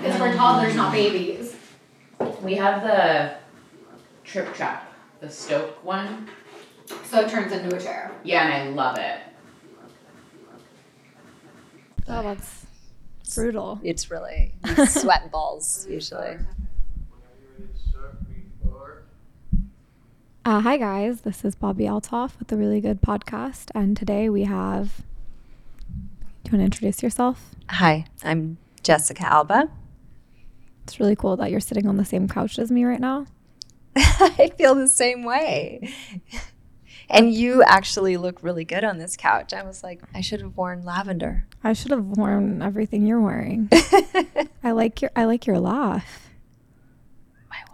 we're toddlers, not babies. We have the trip trap, the Stoke one. So it turns into a chair. Yeah, and I love it. Oh, that's brutal. It's really sweat balls usually. Uh, hi, guys. This is Bobby Altoff with the Really Good Podcast. And today we have. Do you want to introduce yourself? Hi, I'm Jessica Alba. It's really cool that you're sitting on the same couch as me right now. I feel the same way. And you actually look really good on this couch. I was like, I should have worn lavender. I should have worn everything you're wearing. I like your I like your laugh.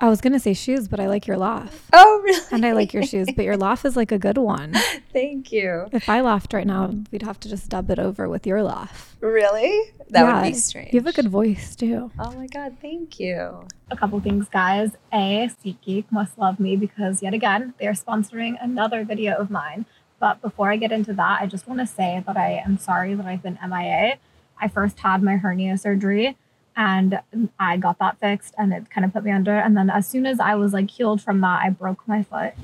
I was gonna say shoes, but I like your laugh. oh, really? And I like your shoes, but your laugh is like a good one. Thank you. If I laughed right now, we'd have to just dub it over with your laugh. Really? That would Yeah, be strange. You have a good voice too. Oh my God, thank you. a couple things, guys. A, SeatGeek must love me because yet again, they are sponsoring another video of mine. But before I get into that, I just want to say that I am sorry that I've been MIA. I first had my hernia surgery and I got that fixed and it kind of put me under. And then as soon as I was like healed from that, I broke my foot.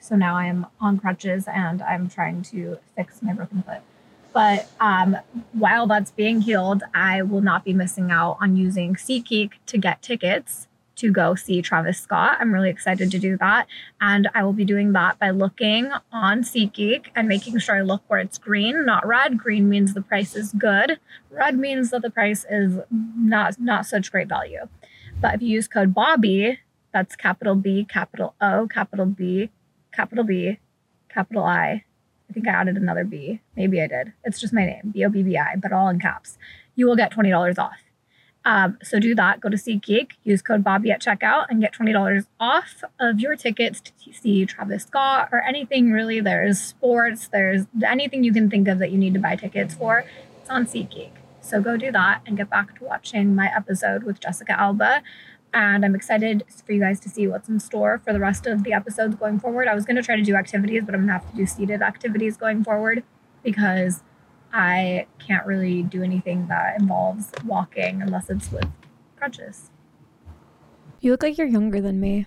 So now I am on crutches and I'm trying to fix my broken foot. But um, while that's being healed, I will not be missing out on using SeatGeek to get tickets to go see Travis Scott. I'm really excited to do that. And I will be doing that by looking on SeatGeek and making sure I look where it's green, not red. Green means the price is good. Red means that the price is not not such great value. But if you use code Bobby, that's capital B, capital O, capital B, capital B, capital I. I think I added another B. Maybe I did. It's just my name, B O B B I, but all in caps. You will get $20 off. Um, so do that. Go to SeatGeek, use code Bobby at checkout, and get twenty dollars off of your tickets to see Travis Scott or anything really. There's sports, there's anything you can think of that you need to buy tickets for. It's on SeatGeek. So go do that and get back to watching my episode with Jessica Alba. And I'm excited for you guys to see what's in store for the rest of the episodes going forward. I was going to try to do activities, but I'm going to have to do seated activities going forward because I can't really do anything that involves walking unless it's with crutches. You look like you're younger than me.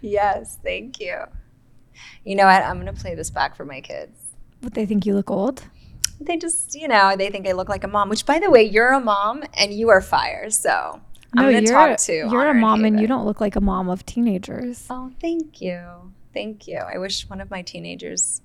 yes, thank you. You know what? I'm going to play this back for my kids. Would they think you look old? They just, you know, they think I look like a mom, which by the way, you're a mom and you are fire. So I'm going you're to talk to you're Honor a mom and Haven. you don't look like a mom of teenagers. Oh, thank you. Thank you. I wish one of my teenagers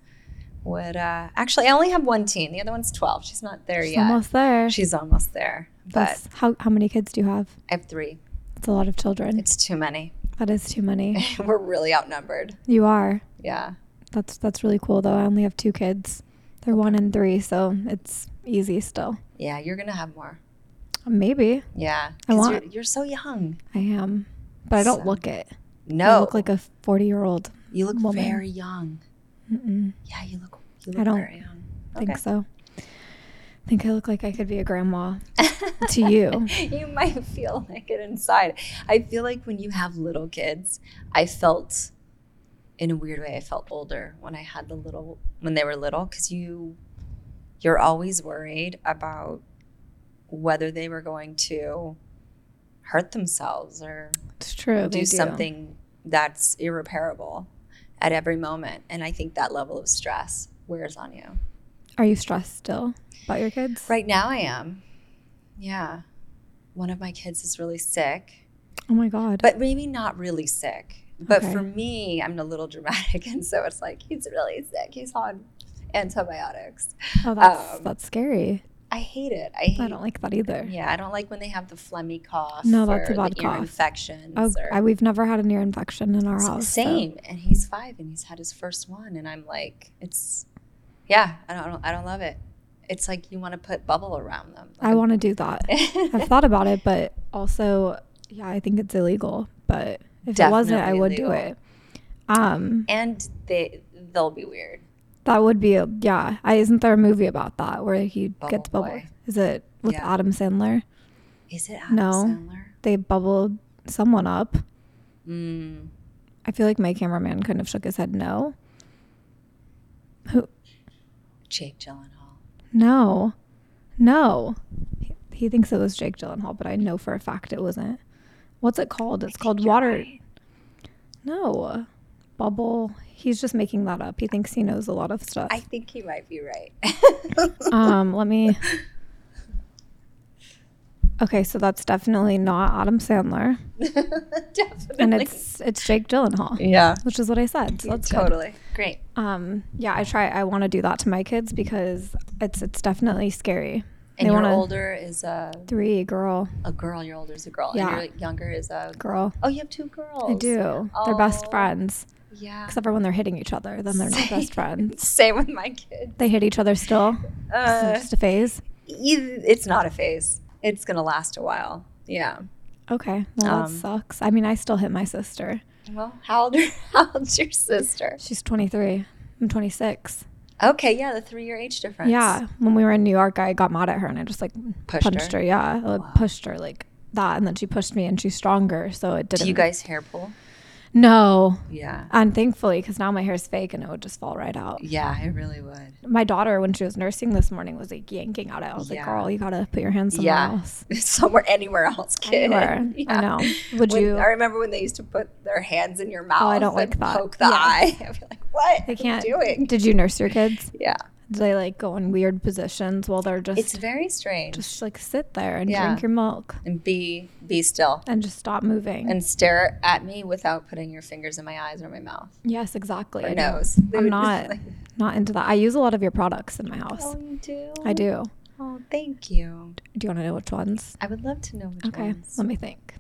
would uh actually I only have one teen. The other one's 12. She's not there She's yet. almost there. She's almost there. But That's- how how many kids do you have? I have 3. It's a lot of children. It's too many. that is too many. We're really outnumbered. you are. Yeah. That's that's really cool though. I only have two kids. They're one and three, so it's easy still. Yeah, you're going to have more. Maybe Yeah. I 'Cause want- you're, you're so young. I am, but I don't So- look it. I No. look like a forty-year-old. you look woman. very young. Mm-mm, Yeah, you look you I look don't very young. Think Okay. so. I think I look like I could be a grandma to you. you might feel like it inside. I feel like when you have little kids, I felt in a weird way, I felt older when I had the little when they were little cuz you you're always worried about whether they were going to hurt themselves or It's true. do they something that's irreparable at every moment and I think that level of stress wears on you. Are you stressed still about your kids? Right now I am. Yeah. One of my kids is really sick. Oh my god. but maybe not really sick. But Okay. for me, I'm a little dramatic, and so it's like he's really sick. He's on antibiotics. oh, that's um, that's scary. I hate it. I hate. I don't like that either. Yeah, I don't like when they have the phlegmy cough. No, that's or a bad the ear cough. Infections. Oh, or, I, we've never had an ear infection in our house. so- same. And he's five, and he's had his first one, and I'm like, it's, yeah, I don't, I don't, I don't love it. It's like you want to put bubble around them. I want to do that. to. I've thought about it, but also, yeah, I think it's illegal. But if it wasn't, I Definitely would do illegal. it. Um, and they, they'll be weird. that would be a, yeah. I isn't there a movie about that where he gets Bubble bubble? Oh, Boy. Is it with Yeah. Adam Sandler? Is it Adam No. Sandler? They bubbled someone up. Mm. I feel like my cameraman kind of shook his head. No, Jake Gyllenhaal. no, no. He- He thinks it was Jake Gyllenhaal, but I know for a fact it wasn't. What's it called? It's called Water. No, Bubble. He's just making that up. He thinks he knows a lot of stuff. I think he might be right. um, let me. Okay, so that's definitely not Adam Sandler, Definitely. and it's it's Jake Gyllenhaal, yeah. which is what I said. So that's good. totally. Great. Um, yeah, I try. I want to do that to my kids because it's it's definitely scary. they And your want to older is a, three girl, a girl, your older is a girl. Yeah. And your younger is a girl. Oh, you have two girls. I do. They're best Oh. friends, Yeah. except for when they're hitting each other. Then they're not Same. best friends. Same with my kid. They hit each other still. It's Uh, just a phase. e- it's not a phase. It's gonna last a while. Yeah. Okay. Well, um, that sucks. I mean, I still hit my sister. Well, how old? How old's your sister? She's 23. I'm 26. Okay. Yeah, the three-year age difference. Yeah. When we were in New York, I got mad at her and I just like Pushed punched her. her. Yeah. I, like, pushed her like that. And then she pushed me and she's stronger. So it didn't. Do you guys hair pull? No. Yeah. And thankfully, because now my hair's fake and it would just fall right out. Yeah, it really would. My daughter, when she was nursing this morning, was like yanking out. I was Yeah. like, girl, you got to put your hands somewhere Yeah. else. Somewhere, anywhere else, kid. Anywhere. I Yeah. know. Would When- you? Oh, I remember when they used to put their hands in your mouth. I don't and like that. Poke the Yeah. eye. I'd be like, what? They can't. Are you doing? Did you nurse your kids? Yeah. Do they like go in weird positions while they're just It's very strange. just like sit there and Yeah. drink your milk and be be still and just stop moving? and stare at me without putting your fingers in my eyes or my mouth yes, exactly. or I know. nose. They I'm would just not like, not into that. I use a lot of your products in my house. oh, you do. I do. Oh, thank you. Do you want to know which ones? I would love to know which Okay, ones. let me think.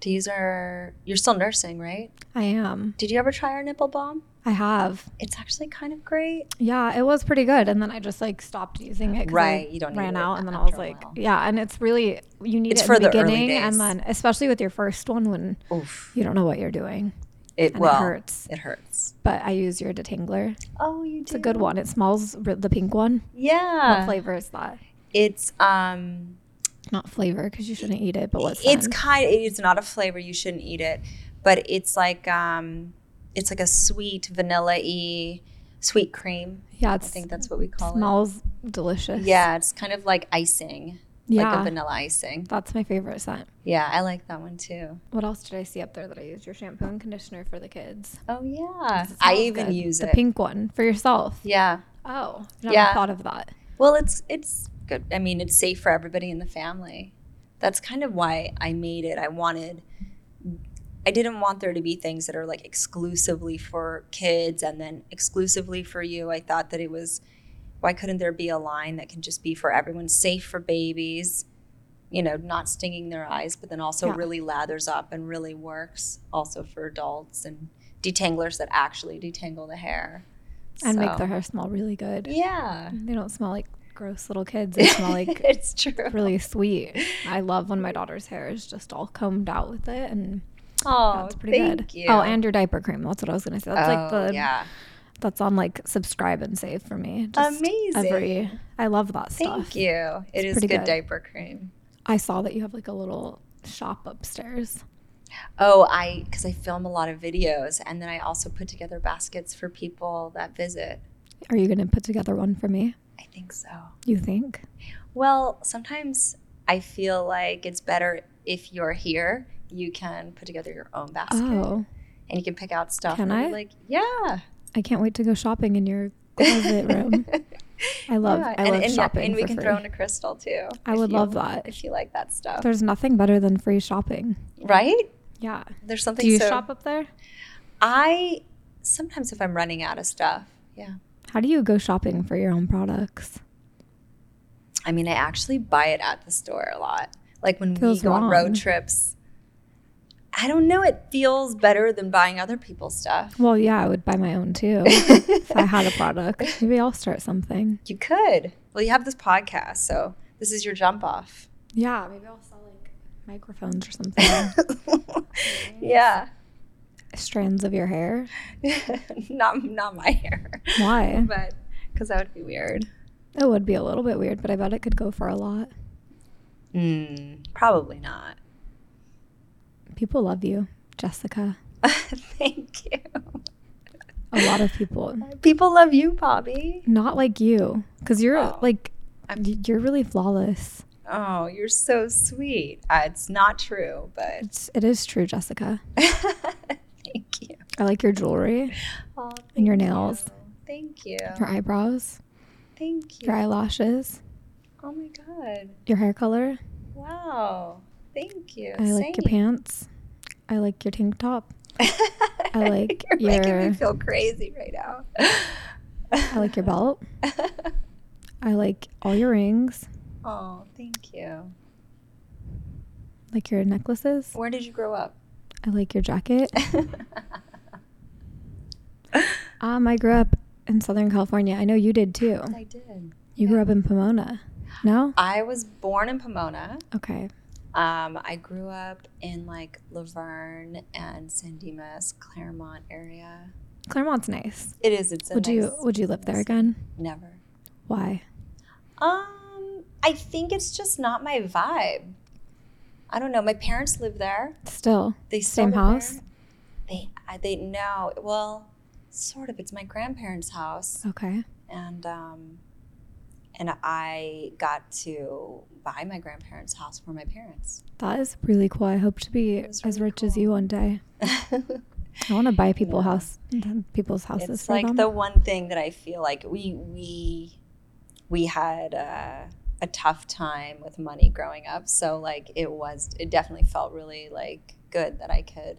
Do you use our? You're still nursing, right? I am. Did you ever try our nipple balm? I have. It's actually kind of great. Yeah, it was pretty good, and then I just like stopped using it. 'cause I Right, you don't need ran it out, and then I after was a like, while. yeah, and it's really you need It's it for in the the early beginning, and days. then especially with your first one when Oof. you don't know what you're doing. It it well, hurts. It hurts. But I use your detangler. Oh, you do. It's a good one. It smells r- the pink one. Yeah. what flavor is that? It's um. Not flavor because you shouldn't eat it. But what's it's then? kind. It's not a flavor. You shouldn't eat it, but it's like um, it's like a sweet vanilla y sweet cream. yeah, I it's, think that's what we call smells it. delicious. Yeah, it's kind of like icing, yeah, like a vanilla icing. that's my favorite scent. Yeah, I like that one too. What else did I see up there that I used? Your shampoo and conditioner for the kids. Oh yeah, It I smells even good. use the it. pink one for yourself. yeah. Oh, I never Yeah. thought of that. Well, it's it's good. I mean, it's safe for everybody in the family. That's kind of why I made it. I wanted I didn't want there to be things that are like exclusively for kids and then exclusively for you. I thought that it was why couldn't there be a line that can just be for everyone, safe for babies, you know, not stinging their eyes, but then also Yeah. really lathers up and really works also for adults and detanglers that actually detangle the hair. And make So- their hair smell really good. Yeah. They don't smell like gross little kids. They smell like it's true. really sweet. I love when my daughter's hair is just all combed out with it and Oh, That's pretty thank good. you. Oh, and your diaper cream. That's what I was gonna say. That's like Oh, the yeah, that's on like subscribe and save for me. Just amazing. Every I love that thank stuff. you. It is pretty good, good. diaper cream. I saw that you have like a little shop upstairs. Oh, I because I film a lot of videos, and then I also put together baskets for people that visit. Are you gonna put together one for me? I think so. You think? Well, sometimes I feel like it's better if you're here. You can put together your own basket, Oh, and you can pick out stuff. Can and be I? Like, yeah, I can't wait to go shopping in your closet room. I love yeah. I and, love and, shopping and we for can free. throw in a crystal too. I if would you- love that. if you like that stuff, There's nothing better than free shopping. right? Yeah. There's something. Do you so, shop up there? I sometimes if I'm running out of stuff, yeah. How do you go shopping for your own products? I mean, I actually buy it at the store a lot. Like when Feels we go on wrong. road trips, I don't know. It feels better than buying other people's stuff. Well, yeah, I would buy my own too if I had a product. Maybe I'll start something. You could. Well, you have this podcast, so this is your jump off. Yeah, maybe I'll sell like microphones or something. yeah, Strands of your hair. not not my hair, Why? but because that would be weird. It would be a little bit weird, but I bet it could go for a lot. Hmm. Mm, probably not. People love you, Jessica. Thank you. A lot of people. People love you, Bobby. Not like you, because you're Oh. like, I'm- y- you're really flawless. Oh, you're so sweet. Uh, it's not true, but It's, it is true, Jessica. thank you. I like your jewelry, Oh, And your thank nails. you. Thank you. your eyebrows, Thank you. your eyelashes, Oh my god. your hair color. Wow. Thank you. I like your Same. pants. I like your tank top. I like You're making your- me feel crazy right now. I like your belt. I like all your rings, oh, thank you. like your necklaces. Where did you grow up? I like your jacket. Um, I grew up in Southern California. I know you did too. I did. You grew up in Pomona. No? I was born in Pomona. Okay. Um, I grew up in like Laverne and San Dimas, Claremont area. Claremont's nice. It is. It's a would you nice- would you live there nice- again? Never. Why? Um, I think it's just not my vibe. I don't know. My parents live there. Still. They still Same live house? there. They I, they no. Well, sort of. It's my grandparents' house, Okay. and um, and I got to buy my grandparents' house for my parents. That is really cool. I hope to be was as really rich as cool. you one day. I want to buy people house people's houses it's for like them. the one thing that I feel like we we we had uh, a tough time with money growing up. So like it was it definitely felt really like good that I could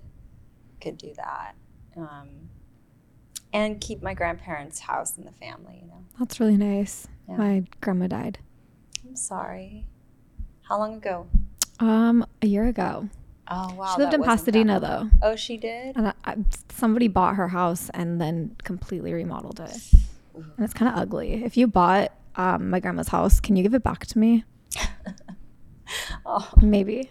could do that. Um, and keep my grandparents' house in the family, you know. That's really nice. Yeah. My grandma died I'm sorry. How long ago? um a year ago. Oh wow. she lived that in wasn't that Pasadena long. though. Oh, she did? And I, I, somebody bought her house and then completely remodeled it. And it's kind of ugly. If you bought um, my grandma's house, can you give it back to me? Oh, Maybe.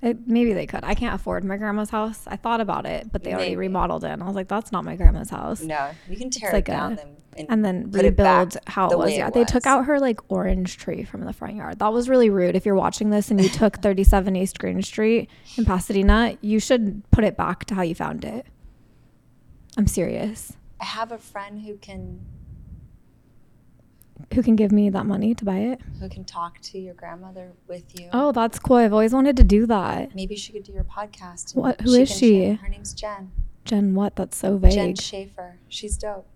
It, maybe they could. I can't afford my grandma's house. I thought about it, but they already Maybe. remodeled it. And I was like, that's not my grandma's house. no. You can tear like it down a- then and, And then Put it back rebuild how the it was. way Yeah, it they took was. out her like orange tree from the front yard. That was really rude. If you're watching this and you took 37 East Green Street in Pasadena, you should put it back to how you found it. I'm serious. I have a friend who can Who can give me that money to buy it? who can talk to your grandmother with you. Oh, that's cool. I've always wanted to do that. Maybe she could do your podcast. What- Who who is is she? Her name's Jen. Jen, what? That's so vague. Jen Schaefer. She's dope.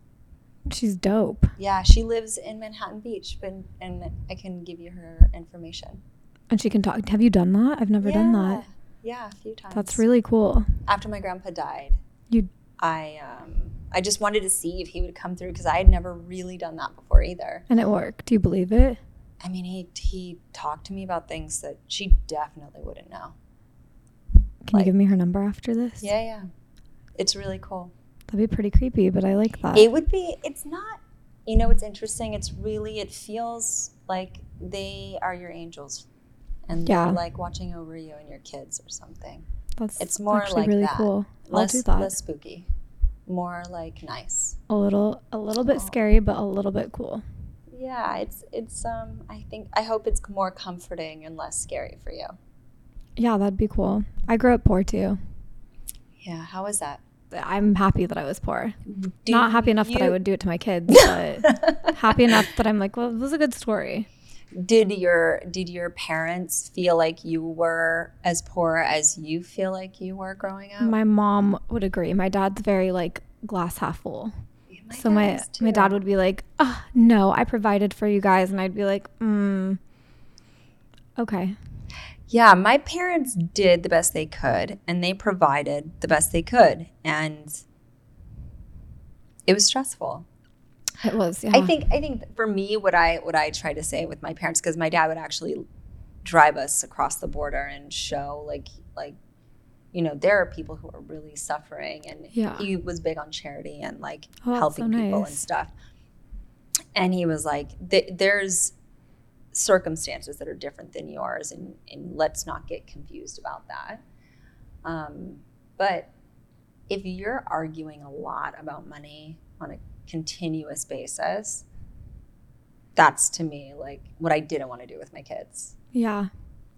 She's dope. Yeah, she lives in Manhattan Beach, but and I can give you her information. And she can talk. Have you done that? I've never done that. Yeah, a few times. That's really cool. After my grandpa died, You- I um, I just wanted to see if he would come through because I had never really done that before either. And it worked. Do you believe it? I mean, he he talked to me about things that she definitely wouldn't know. Can Like- you give me her number after this? Yeah, yeah, it's really cool. That'd be pretty creepy, but I like that. It would be, it's not, you know, it's interesting. It's really, it feels like they are your angels and Yeah. they're like watching over you and your kids or something. That's it's more actually like really that. cool. Less, I'll do that. less spooky, more like nice. A little, a little bit Aw. scary, but a little bit cool. Yeah, it's, it's, um, I think, I hope it's more comforting and less scary for you. Yeah, that'd be cool. I grew up poor too. Yeah, how is that? I'm happy that I was poor. Do Not happy enough that I you- would do it to my kids, but happy enough that I'm like, well, this is a good story. Did your, did your parents feel like you were as poor as you feel like you were growing up? My mom would agree. My dad's very like glass half full. so dad my is my too. dad would be like, oh, "No, I provided for you guys," and I'd be like, "Mm, okay." Yeah, my parents did the best they could and they provided the best they could. And it was stressful. It was. Yeah. I think I think that for me what I what I try to say with my parents because my dad would actually drive us across the border and show like like you know there are people who are really suffering and Yeah. he was big on charity and like Oh, that's helping so people and nice. stuff. And he was like "Th- there's circumstances that are different than yours and and let's not get confused about that. Um, but if you're arguing a lot about money on a continuous basis, that's to me like what I didn't want to do with my kids. Yeah,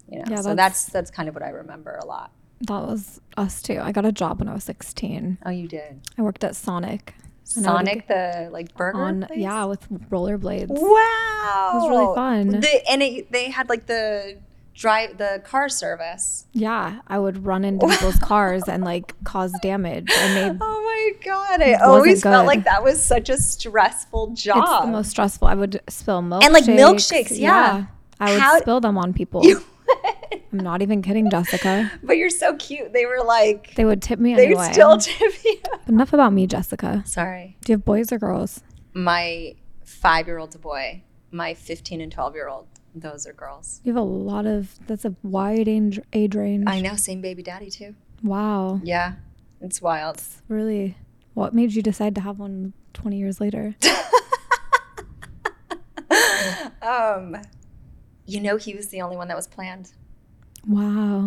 You know, Yeah, so that's- that's that's kind of what I remember a lot. that was us too. I got a job when I was 16. Oh, you did. I worked at Sonic. I know what Sonic the like burger on place? yeah with rollerblades. Wow. It was really fun. The, and it, they had like the drive the car service. Yeah, I would run into people's cars and like cause damage. I made Oh my god. I Wasn't always felt good. like that was such a stressful job. it's the most stressful. I would spill milk And, like, milkshakes, yeah. I would How- spill them on people. You- I'm not even kidding, Jessica. but you're so cute. They were like They would tip me they anyway. still tip you. Enough about me, Jessica. Sorry. Do you have boys or girls? My five year old's a boy. My fifteen and twelve year old, those are girls. You have a lot of. That's a wide age, age range. I know, same baby daddy too. Wow, Yeah. It's wild. really. What made you decide to have one 20 years later? Um you know he was the only one that was planned. Wow.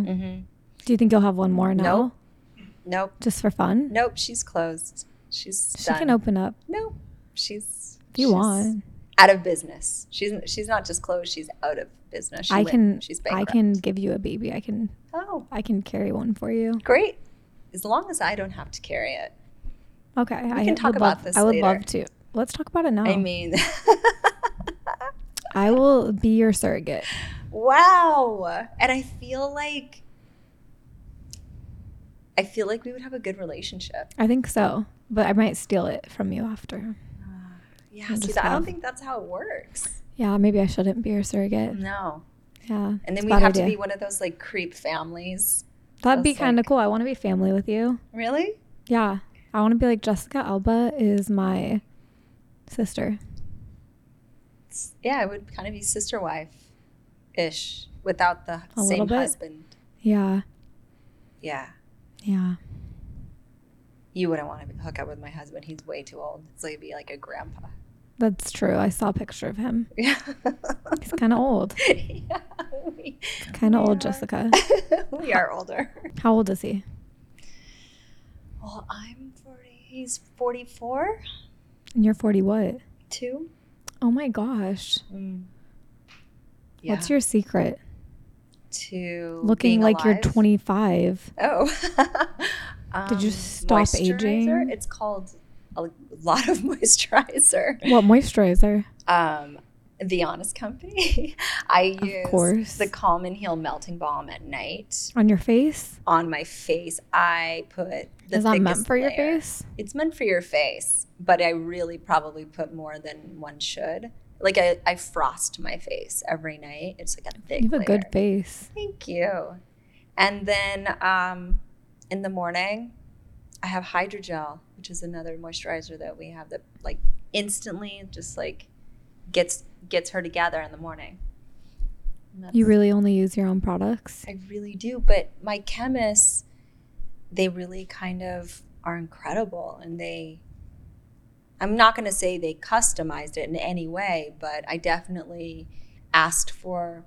Mm-hmm. Do you think you'll have one more now? Nope. Nope. Just for fun? Nope, she's closed. She's She done. can open up Nope, she's. if you she's want. Out of business. She's she's not just closed. She's out of business. She I went- can. She's I bankrupt. can give you a baby. I can. Oh, I can carry one for you. great. As long as I don't have to carry it. Okay. I can would talk about love- this I would later. love to. Let's talk about it now. I mean, I will be your surrogate. wow. And I feel like. I feel like we would have a good relationship. I think so, but I might steal it from you after. Yeah, I'll see, just that, I don't have- think that's how it works. Yeah, maybe I shouldn't be your Mm. surrogate. No. Yeah. And it's then a we'd bad have to idea. be one of those like creep families. That'd be that's kind of like- cool. I want to be family with you. Really? Yeah. I want to be like Jessica Alba is my sister. s- yeah, it would kind of be sister wife ish without the A little same bit. husband. Yeah. Yeah. Yeah. You wouldn't want to hook up with my husband. He's way too old. So he'd be like a grandpa. That's true. I saw a picture of him. Yeah. He's kind of old. we, Kind of Yeah. old, Jessica. we are older. How old is he? Well, I'm 40. He's 44, And you're 40 what? too. Oh my gosh. Yeah. What's your secret? to Looking being like alive. you're 25. Oh. Did you Um, stop aging? moisturizer? It's called a lot of moisturizer. What moisturizer? um, the Honest Company. I Of use course. the Calm and Heal Melting Balm at night On your face? on my face. I put the is that meant thickest for your layer. face? It's meant for your face, but I really probably put more than one should. Like I, I frost my face every night. It's like a thick. You have a good layer. face. Thank you. And then um, in the morning, I have hydrogel, which is another moisturizer that we have that like instantly just like gets gets her together in the morning. And that's- You really only use your own products? I really do, but my chemists, they really kind of are incredible, and they. I'm not going to say they customized it in any way, but I definitely asked for,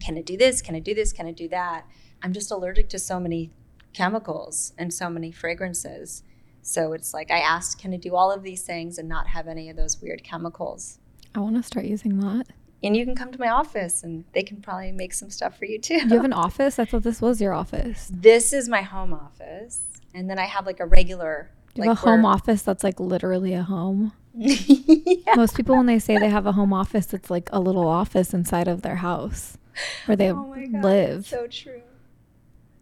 can it do this? Can it do this? Can it do that? I'm just allergic to so many chemicals and so many fragrances. So it's like I asked, can it do all of these things and not have any of those weird chemicals? I want to start using that. And you can come to my office and they can probably make some stuff for you too. You have an office? I thought this was your office. This is my home office, and then I have like a regular You like have a home where- office that's like literally a home. yeah. Most people, when they say they have a home office, it's like a little office inside of their house where they Oh my God, live. So true.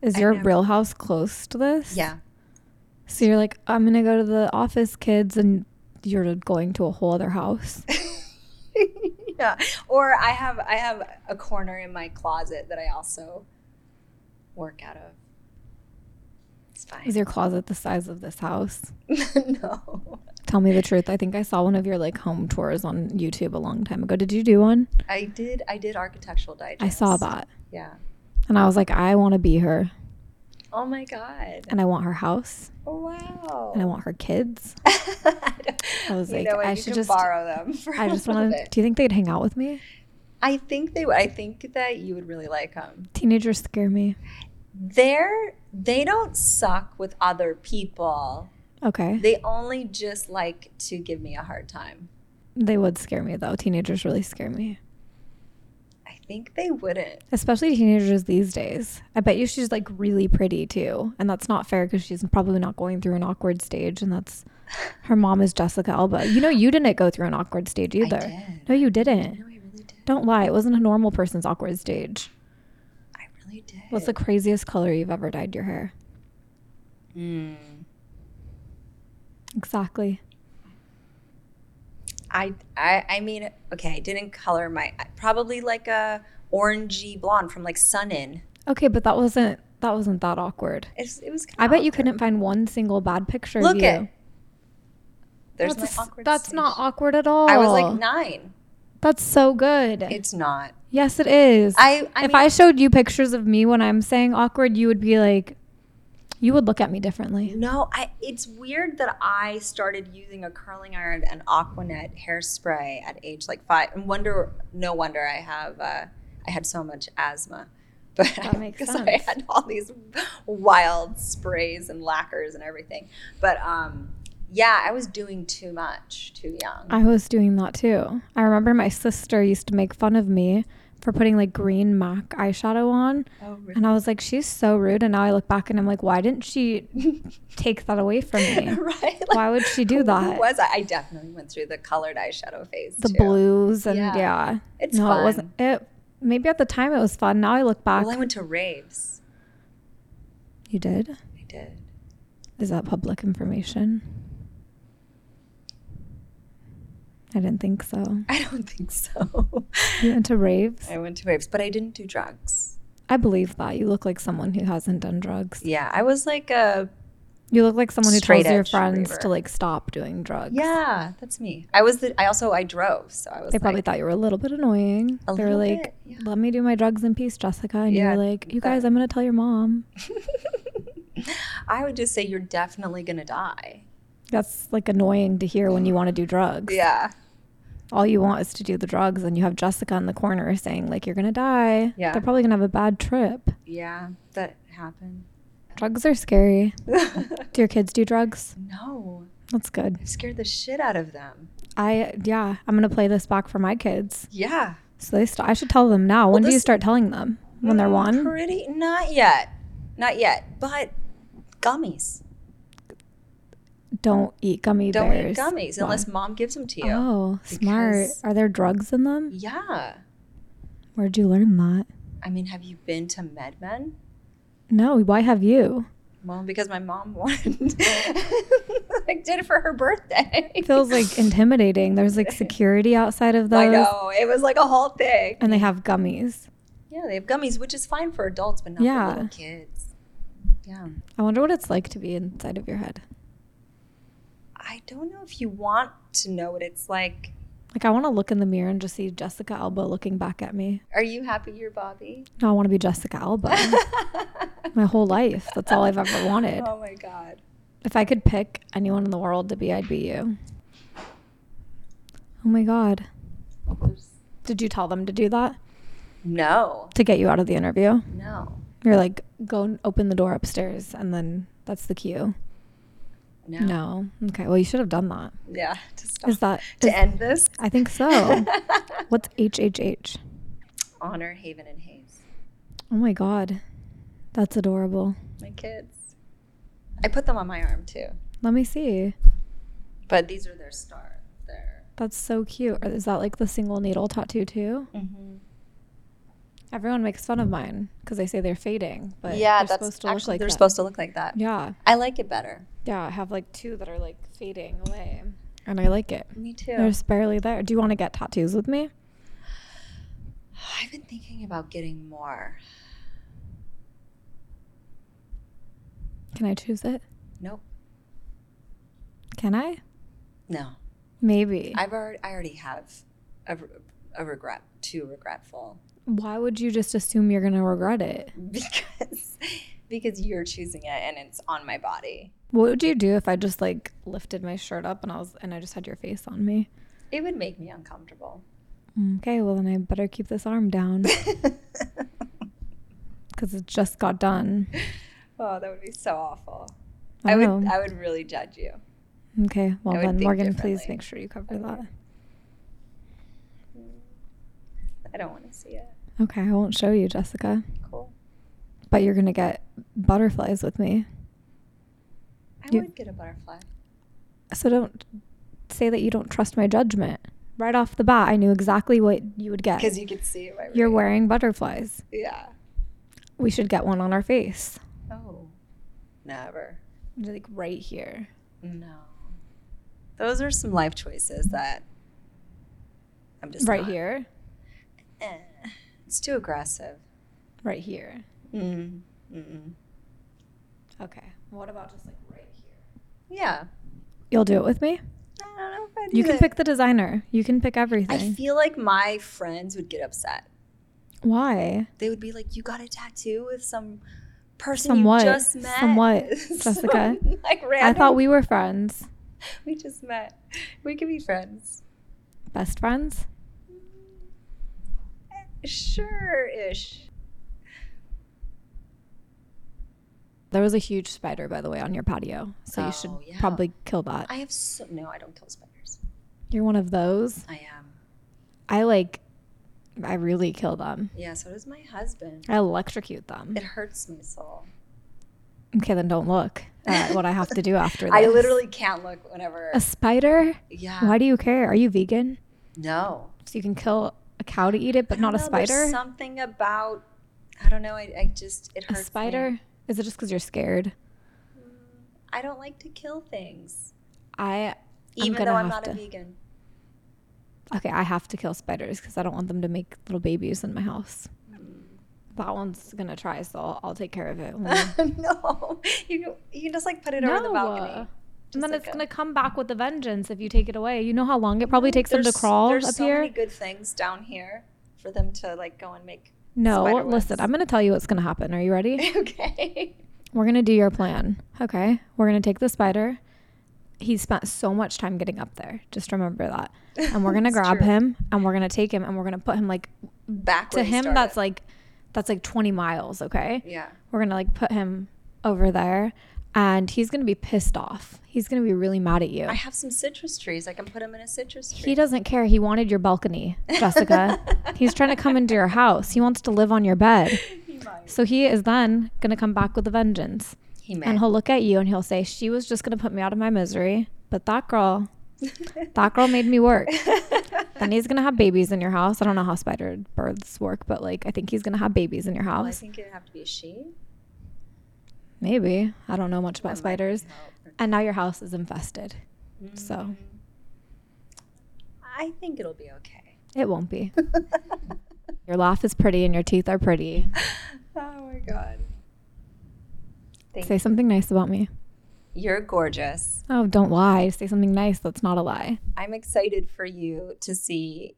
Is I your never- real house close to this? Yeah. So you're like, I'm going to go to the office, kids, and you're going to a whole other house. yeah. Or I have I have a corner in my closet that I also work out of. It's fine. Is your closet the size of this house? no. Tell me the truth. I think I saw one of your like home tours on YouTube a long time ago. Did you do one? I did I did architectural digest. I saw that. Yeah. And I was like, I want to be her. Oh my god. Oh, And I want her house. Wow. And I want her kids. don't- I was you like, know what? I you should can just- borrow them. For I just want want to. Do you think they'd hang out with me? I think they would. I think that you would really like them. Teenagers scare me. They're they don't suck with other people. Okay. They only just like to give me a hard time. They would scare me though. Teenagers really scare me. I think they wouldn't. Especially teenagers these days. I bet you she's like really pretty too. And that's not fair because she's probably not going through an awkward stage. And that's Her mom is Jessica Alba. You know, you didn't go through an awkward stage either. did. No, you No, didn't. Oh, I really did. Don't lie. It wasn't a normal person's awkward stage. I really did. What's the craziest color you've ever dyed your hair? Mm. Exactly. I, I I mean, okay, I didn't color my probably like a orangey blonde from like Sun In. Okay, but that wasn't that wasn't that awkward. It's, it was. I bet you couldn't find one single bad picture Look of you. it. There's that's my awkward. that's stage. not awkward at all. I was like nine. that's so good. It's not. yes, it is. I. I if mean, I showed you pictures of me when I'm saying awkward, you would be like, you would look at me differently. No, I, it's weird that I started using a curling iron and Aquanet hairspray at age like five. And wonder, no wonder I have, uh, I had so much asthma. But That makes because I sense. had all these wild sprays and lacquers and everything. But um, yeah, I was doing too much too young. I was doing that too. I remember my sister used to make fun of me for putting like green MAC eyeshadow on. oh, And I was like, she's so rude. And now I look back and I'm like, why didn't she take that away from me? right? Like, Why would she do Who that? was I? I definitely went through the colored eyeshadow phase. The too. blues and yeah. Yeah. It's no, fun. it wasn't. It maybe at the time it was fun. Now I look back. Well, I went to raves. you did. I did. Is that public information? I didn't think so. I don't think so. You into raves? I went to raves, but I didn't do drugs. I believe that. You look like someone who hasn't done drugs. Yeah, I was like a You look like someone who Straight tells your edge friends raver. to like stop doing drugs. yeah, that's me. I was the I also I drove, so I was They probably like, thought you were a little bit annoying. A they were little like, bit, yeah. let me do my drugs in peace, Jessica. And Yeah, you were like, you but- guys, I'm going to tell your mom. I would just say you're definitely gonna die. That's like annoying to hear when you want to do drugs. Yeah, All you want is to do the drugs, and you have Jessica in the corner saying, like, you're going to die. Yeah. They're probably going to have a bad trip. yeah, that happened. Drugs are scary. Do your kids do drugs? no, That's good. I scared the shit out of them. I, yeah, I'm going to play this back for my kids. Yeah, So they, st- I should tell them now. when do you this- Mm, start telling them? When they're one? pretty not yet, not yet, but gummies. Don't eat gummy Don't bears. eat gummies Why? unless mom gives them to you. Oh, smart. because- Are there drugs in them? Yeah, Where'd you learn that? I mean, have you been to MedMen? No, why have you? Well, because my mom wanted, I did it for her birthday. It feels like intimidating. There's like security outside of those. I know it was like a whole thing. And they have gummies. Yeah, they have gummies, which is fine for adults, but not Yeah. for little kids. Yeah, I wonder what it's like to be inside of your head. I don't know if you want to know what it's like. Like I want to look in the mirror and just see Jessica Alba looking back at me. Are you happy you're Bobby? No, I want to be Jessica Alba. My whole life. That's all I've ever wanted. Oh my god. If I could pick anyone in the world to be, I'd be you. Oh my god. Did you tell them to do that No, to get you out of the interview? no, You're like, go and open the door upstairs, and then that's the cue. no. No. Okay. Well, you should have done that. Yeah, to stop. Is that? to is- end this? I think so. What's HHH? Honor Haven and Hayes, Oh my God. That's adorable. my kids. I put them on my arm too, Let me see. but these are their star. Their That's so cute. Or Is that like the single needle tattoo too? Everyone makes fun of mine because they say they're fading, but yeah, they're that's supposed to look actually like they're that. supposed to look like that. yeah. I like it better. Yeah. I have like two that are like fading away, and I like it. Me too. They're just barely there. Do you want to get tattoos with me? I've been thinking about getting more. Can I choose it? Nope. Can I? No. Maybe. I've already I already have a, re- a regret, too regretful Why would you just assume you're going to regret it? because because you're choosing it and it's on my body. What would you do if I just like lifted my shirt up and I was and I just had your face on me? It would make me uncomfortable. Okay, well then I better keep this arm down cuz it just got done. Oh, that would be so awful. I I, would know. I would really judge you. Okay, well I would then think Morgan, please differently. make sure you cover that. I don't want to see it. Okay, I won't show you, Jessica, Cool. but you're going to get butterflies with me. I You- would get a butterfly. So don't say that you don't trust my judgment. Right off the bat, I knew exactly what you would get. because you could see it. Right You're wearing butterflies. Yeah. We should get one on our face. Oh, never. Like right here. No. Those are some life choices that I'm just right not- here. Eh, It's too aggressive. Right here. Mm. Mm-mm. Okay. What about just like right here? Yeah. You'll do it with me? I don't know if I do You can that. pick the designer. You can pick I everything. feel like my friends would get upset. Why? They would be like, "You got a tattoo with some person Somewhat. you just met." Somewhat, Some, Jessica. like I random. thought we were friends. we just met. We could be friends. Best friends? Sure ish. There was a huge spider, by the way, on your patio. So you should Oh, yeah. probably kill that. I have so no. I don't kill spiders. You're one of those. I um, am. I like, I really kill them. Yeah. So does my husband. I electrocute them. It hurts my soul. Okay, then don't look at what I have to do after this. I literally can't look whenever. A spider? Yeah. Why do you care? Are you vegan? No. So you can kill a cow to eat it, but I don't not a know, there's spider? Something about. I don't know. I, I just it A hurts. me. spider? Is it just because you're scared? I don't like to kill things, I. I'm even gonna though I'm have not a to- vegan. Okay, I have to kill spiders because I don't want them to make little babies in my house. Hmm. That one's gonna try, so I'll, I'll take care of it. when we- no, you can, you can just like put it over the Mm. No. balcony. and Just then like it's a- gonna come back with a vengeance if you take it away. You know how long it probably takes them to There's- crawl There's up so here. many good things down here for them to like go and make. no, spider listen, webs. I'm gonna tell you what's gonna happen. Are you ready? okay. We're gonna do your plan. Okay. We're gonna take the spider. He spent so much time getting up there. Just remember that. And we're gonna It's grab true. him and we're gonna take him and we're gonna put him like Back Mm. to him that's like that's like twenty miles, okay? yeah. We're gonna like put him over there and he's gonna be pissed off. He's gonna be really mad at you. I have some citrus trees. I can put them in a citrus tree. He doesn't care. He wanted your balcony, Jessica. He's trying to come into your house. He wants to live on your bed. He might. So he is then gonna come back with a vengeance. He may. And he'll look at you and he'll say, She was just going to put me out of my misery, but that girl, that girl made me work. Oh, then he's going to have babies in your house. I don't know how spider births work, but like, I think he's going to have babies in your Well, Oh, I house. think it'd have to be a she. Maybe. I don't know much That about might spiders. help. And now your house is infested. Mm. So I think it'll be okay. it won't be. your laugh is pretty and your teeth are pretty. Oh my god. Thank Say something nice about me. You're gorgeous. Oh, don't lie. Say something nice. That's not a lie. I'm excited for you to see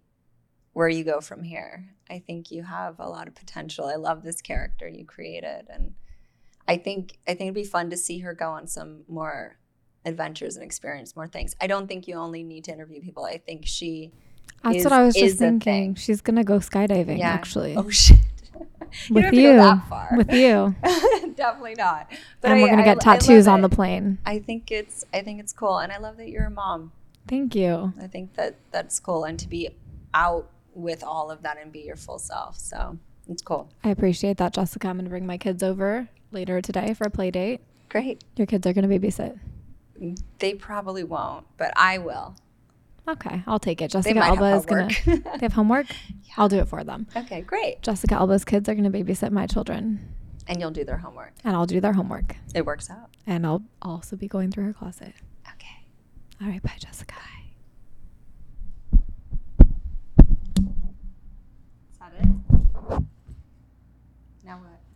where you go from here. I think you have a lot of potential. I love this character you created and I think I think it'd be fun to see her go on some more adventures and experience more things. I don't think you only need to interview people. I think she That's Is- what I was is just a thing. thinking. She's going to go skydiving, actually. Oh shit. you don't With have to go that far. With you. Definitely not. and we're I- gonna I- get I love tattoos on it. the plane. I think it's I think it's cool and I love that you're a mom. Thank you. I think that that's cool and to be out with all of that and be your full self. So it's cool. I appreciate that, Jessica. I'm gonna bring my kids over later today for a play date. Great. Your kids are gonna babysit. They probably won't, but I will. Okay, I'll take it. They Jessica might have Alba is gonna. homework. They have homework. I'll do it for them. okay, great. Jessica Alba's kids are gonna babysit my children, And you'll do their homework. and I'll do their homework. It works out. And I'll also be going through her closet. Okay. All right, bye, Jessica. Is that it? Now what?